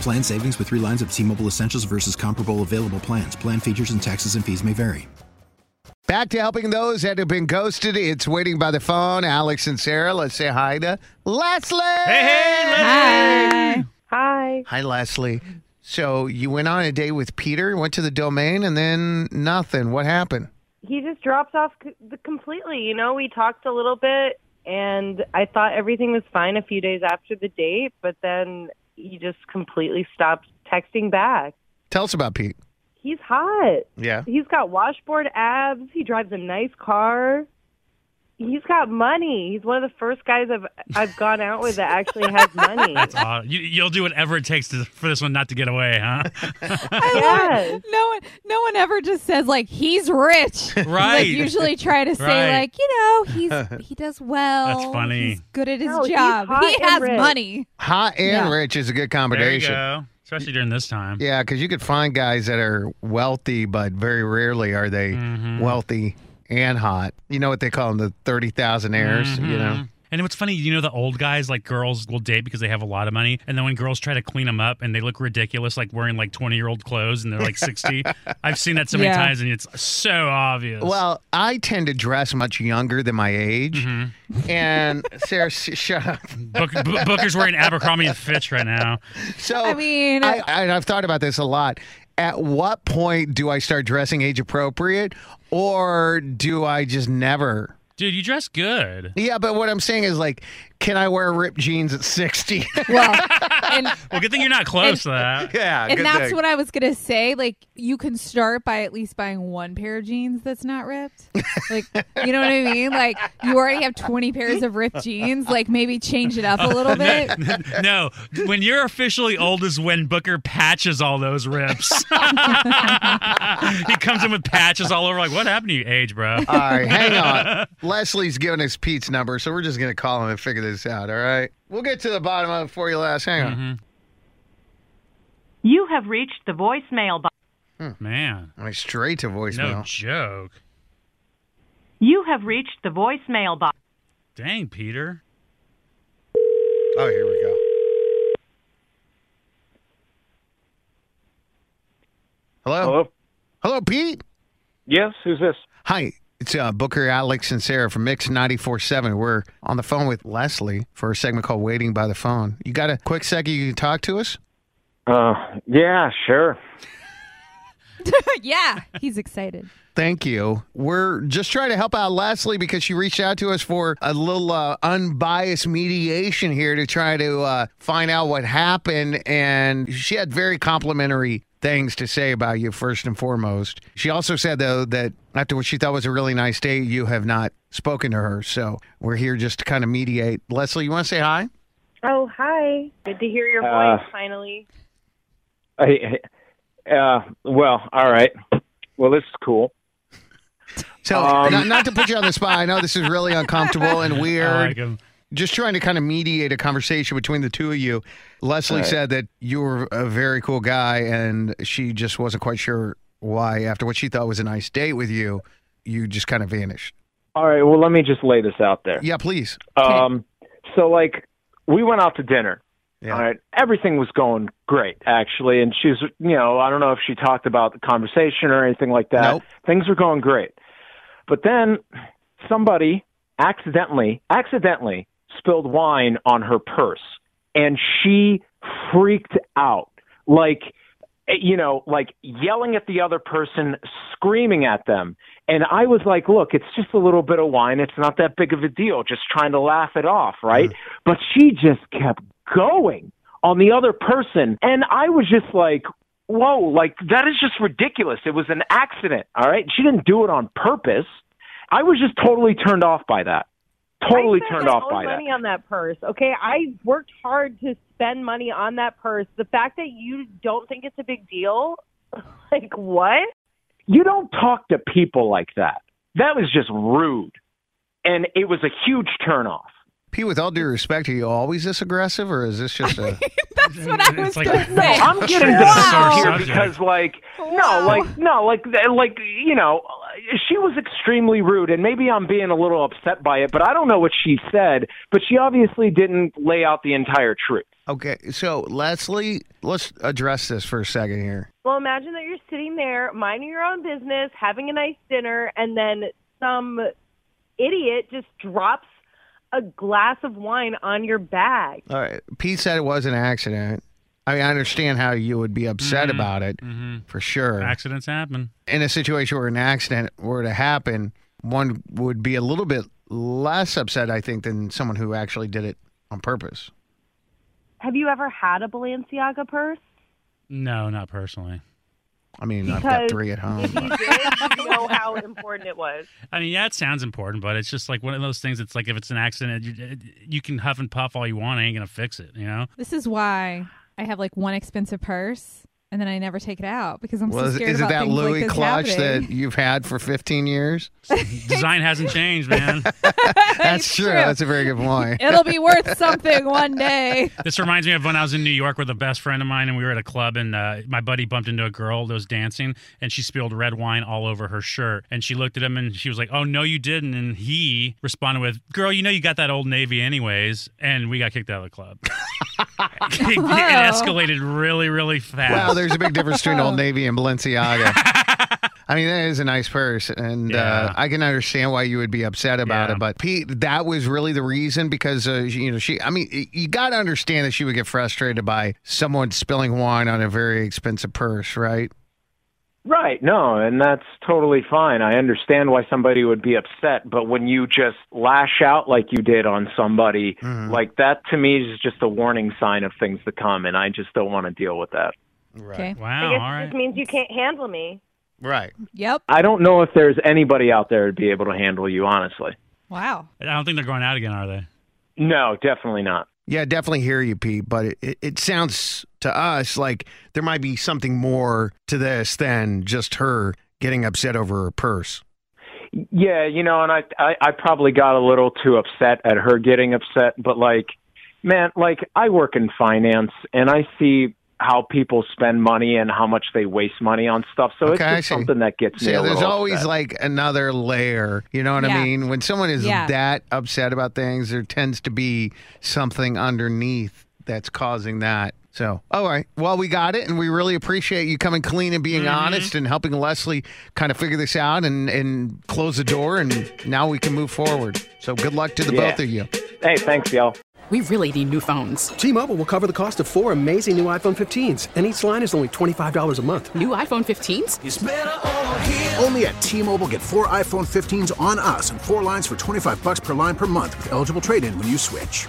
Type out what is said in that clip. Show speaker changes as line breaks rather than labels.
Plan savings with three lines of T Mobile Essentials versus comparable available plans. Plan features and taxes and fees may vary.
Back to helping those that have been ghosted. It's waiting by the phone. Alex and Sarah, let's say hi to Leslie.
Hi.
Hi, Leslie. So you went on a date with Peter, went to the domain, and then nothing. What happened?
He just drops off c- the- completely. You know, we talked a little bit, and I thought everything was fine a few days after the date, but then he just completely stopped texting back.
Tell us about Pete.
He's hot.
Yeah.
He's got washboard abs. He drives a nice car. He's got money. He's one of the first guys I've I've gone out with that actually has money.
Uh, you, you'll do whatever it takes to, for this one not to get away, huh?
yes.
No one, no one ever just says like he's rich.
Right.
Like, usually try to say
Right.
like you know he's he does well.
That's funny.
He's good at his
No, he's
job.
hot
He
and
has
rich.
money.
Hot and
Yeah.
rich is a good
There you
combination.
go. Especially during this time.
Yeah, because you could find guys that are wealthy, but very rarely are they
Mm-hmm.
wealthy and hot. You know what they call them, the 30,000 heirs, you know?
Mm-hmm. And what's funny, you know, the old guys like girls will date because they have a lot of money, and then when girls try to clean them up and they look ridiculous, like wearing like twenty-year-old clothes and they're like sixty. I've seen that so many
Yeah.
times, and it's so obvious.
Well, I tend to dress much younger than my age. And Sarah, sh- shut up.
Book, B- Booker's wearing Abercrombie and Fitch right now.
So
Oh.
I mean-
I, I, and I've thought about this a lot. At what point do I start dressing age appropriate, or do I just never?
Dude, you dress good.
Yeah, but what I'm saying is like, can I wear ripped jeans at 60?
Well, and
Well, good thing you're not close to that.
yeah,
and that's what I was gonna say. Like you can start by at least buying one pair of jeans that's not ripped. Like you know what I mean? Like you already have twenty pairs of ripped jeans. Like maybe change it up a little bit.
no, when you're officially old is when Booker patches all those rips. he comes in with patches all over. Like, what happened to you, age, bro?
All right, hang on. Leslie's giving us Pete's number, so we're just gonna call him and figure this out. All right, we'll get to the bottom of it for you last. Hang on.
You have reached the voicemail box.
Man,
All right, straight to
no
voicemail.
joke.
You have reached the voicemail box.
Dang, Peter.
oh, here we go. Hello?
Hello.
Hello, Pete.
Yes. Who's this?
Hi, it's uh, Booker, Alex, and Sarah from Mix 94.7. We're on the phone with Leslie for a segment called Waiting by the Phone. You got a quick second you can talk to us?
Uh, yeah, sure.
yeah, he's excited.
Thank you. We're just trying to help out Leslie because she reached out to us for a little uh, unbiased mediation here to try to uh, find out what happened. And she had very complimentary things to say about you, first and foremost. She also said, though, that after what she thought was a really nice day, you have not spoken to her. So we're here just to kind of mediate. Leslie, you want to say hi?
Oh, hi. Good to hear your
Uh,
voice finally.
I, uh, well, all right. Well, this is cool.
So,
Um.
not, not to put you on the spot, I know this is really uncomfortable and weird.
I like him.
just trying to kind of mediate a conversation between the two of you. Leslie said that you were a very cool guy, and she just wasn't quite sure why, after what she thought was a nice date with you, you just kind of vanished.
All right. Well, let me just lay this out there.
Yeah, please.
Um, so like we went out to dinner.
Yeah.
All right. Everything was going great actually, and she's you know I don't know if she talked about the conversation or anything like that.
Nope.
Things were going great, but then somebody accidentally accidentally spilled wine on her purse, and she freaked out. Like, you know, like yelling at the other person, screaming at them. And I was like, look, it's just a little bit of wine. It's not that big of a deal. Just trying to laugh it off,
Mm-hmm.
right? But she just kept going on the other person. And I was just like, whoa, like that is just ridiculous. It was an accident, all right? She didn't do it on purpose. I was just totally turned off by that. Totally
I spent
turned
my
off
own
by that.
money on that purse. Okay, I worked hard to spend money on that purse. The fact that you don't think it's a big deal, like what?
you don't talk to people like that. That was just rude. And it was a huge turnoff.
P, with all due respect, are you always this aggressive, or is this just a?
That's what I
It's
was
like-
going to say.
I'm getting
Wow.
defensive here
Subject.
because, like,
Wow.
no, like, no, like, like, you know, she was extremely rude, and maybe I'm being a little upset by it, but I don't know what she said. But she obviously didn't lay out the entire truth.
okay, so Leslie, let's address this for a second here.
Well, imagine that you're sitting there minding your own business, having a nice dinner, and then some idiot just drops a glass of wine on your bag.
All right, Pete said it was an accident. I mean, I understand how you would be upset about it for sure.
Accidents happen.
in a situation where an accident were to happen, one would be a little bit less upset, I think, than someone who actually did it on purpose.
Have you ever had a Balenciaga purse?
No, not personally.
I mean, I've got
Because
three at home.
If you
but-
did, you know how important it was.
I mean, yeah, it sounds important, but it's just like one of those things. It's like if it's an accident, you, you can huff and puff all you want. I ain't gonna fix it. You know.
This is why I have like one expensive purse and then I never take it out because I'm
Well,
so
is,
scared
is it
about
that
things
Louis
like this
clutch
happening.
that you've had for 15 years?
Design hasn't changed, man.
That's true.
true.
That's a very good point.
It'll be worth something one day.
This reminds me of when I was in New York with a best friend of mine, and we were at a club, and uh, my buddy bumped into a girl that was dancing, and she spilled red wine all over her shirt. And she looked at him, and she was like, "Oh no, you didn't." And he responded with, "Girl, you know you got that old navy, anyways." And we got kicked out of the club. it, it escalated really, really fast.
Wow, there's a big difference between Old Navy and Balenciaga. I mean, that is a nice purse, and uh,
Yeah.
I can understand why you would be upset about
Yeah.
it. But Pete, that was really the reason because uh, she- you know she. I mean, y- you got to understand that she would get frustrated by someone spilling wine on a very expensive purse, right?
Right, no, and that's totally fine. I understand why somebody would be upset, but when you just lash out like you did on somebody, like that to me is just a warning sign of things to come, and I just don't want to deal with that.
Okay.
Wow.
I guess
Oh, all
it
right.
just means you can't handle me.
Right.
Yep.
I don't know if there's anybody out there who'd be able to handle you, honestly.
Wow.
I don't think they're going out again, are they?
No, definitely not.
Yeah, I definitely hear you, Pete. But it, it, it sounds to us like there might be something more to this than just her getting upset over her purse.
Yeah, you know, and I, I, I probably got a little too upset at her getting upset, but like, man, like I work in finance and I see how people spend money and how much they waste money on stuff. So
Okay, I
it's just
see.
something that gets
So
me. a
there's
little
always
upset.
like another layer. You know what I
Yeah.
mean? When someone is
Yeah.
that upset about things, there tends to be something underneath that's causing that. So, all right. Well, we got it, and we really appreciate you coming clean and being
Mm-hmm.
honest and helping Leslie kind of figure this out and and close the door, and now we can move forward. So, good luck to the
Yeah.
both of you.
hey, thanks, y'all.
We really need new phones.
T-Mobile will cover the cost of four amazing new iPhone 15s, and each line is only $25 a month.
New iPhone 15s?
Only at T-Mobile, get four iPhone 15s on us and four lines for 25 bucks per line per month with eligible trade-in when you switch.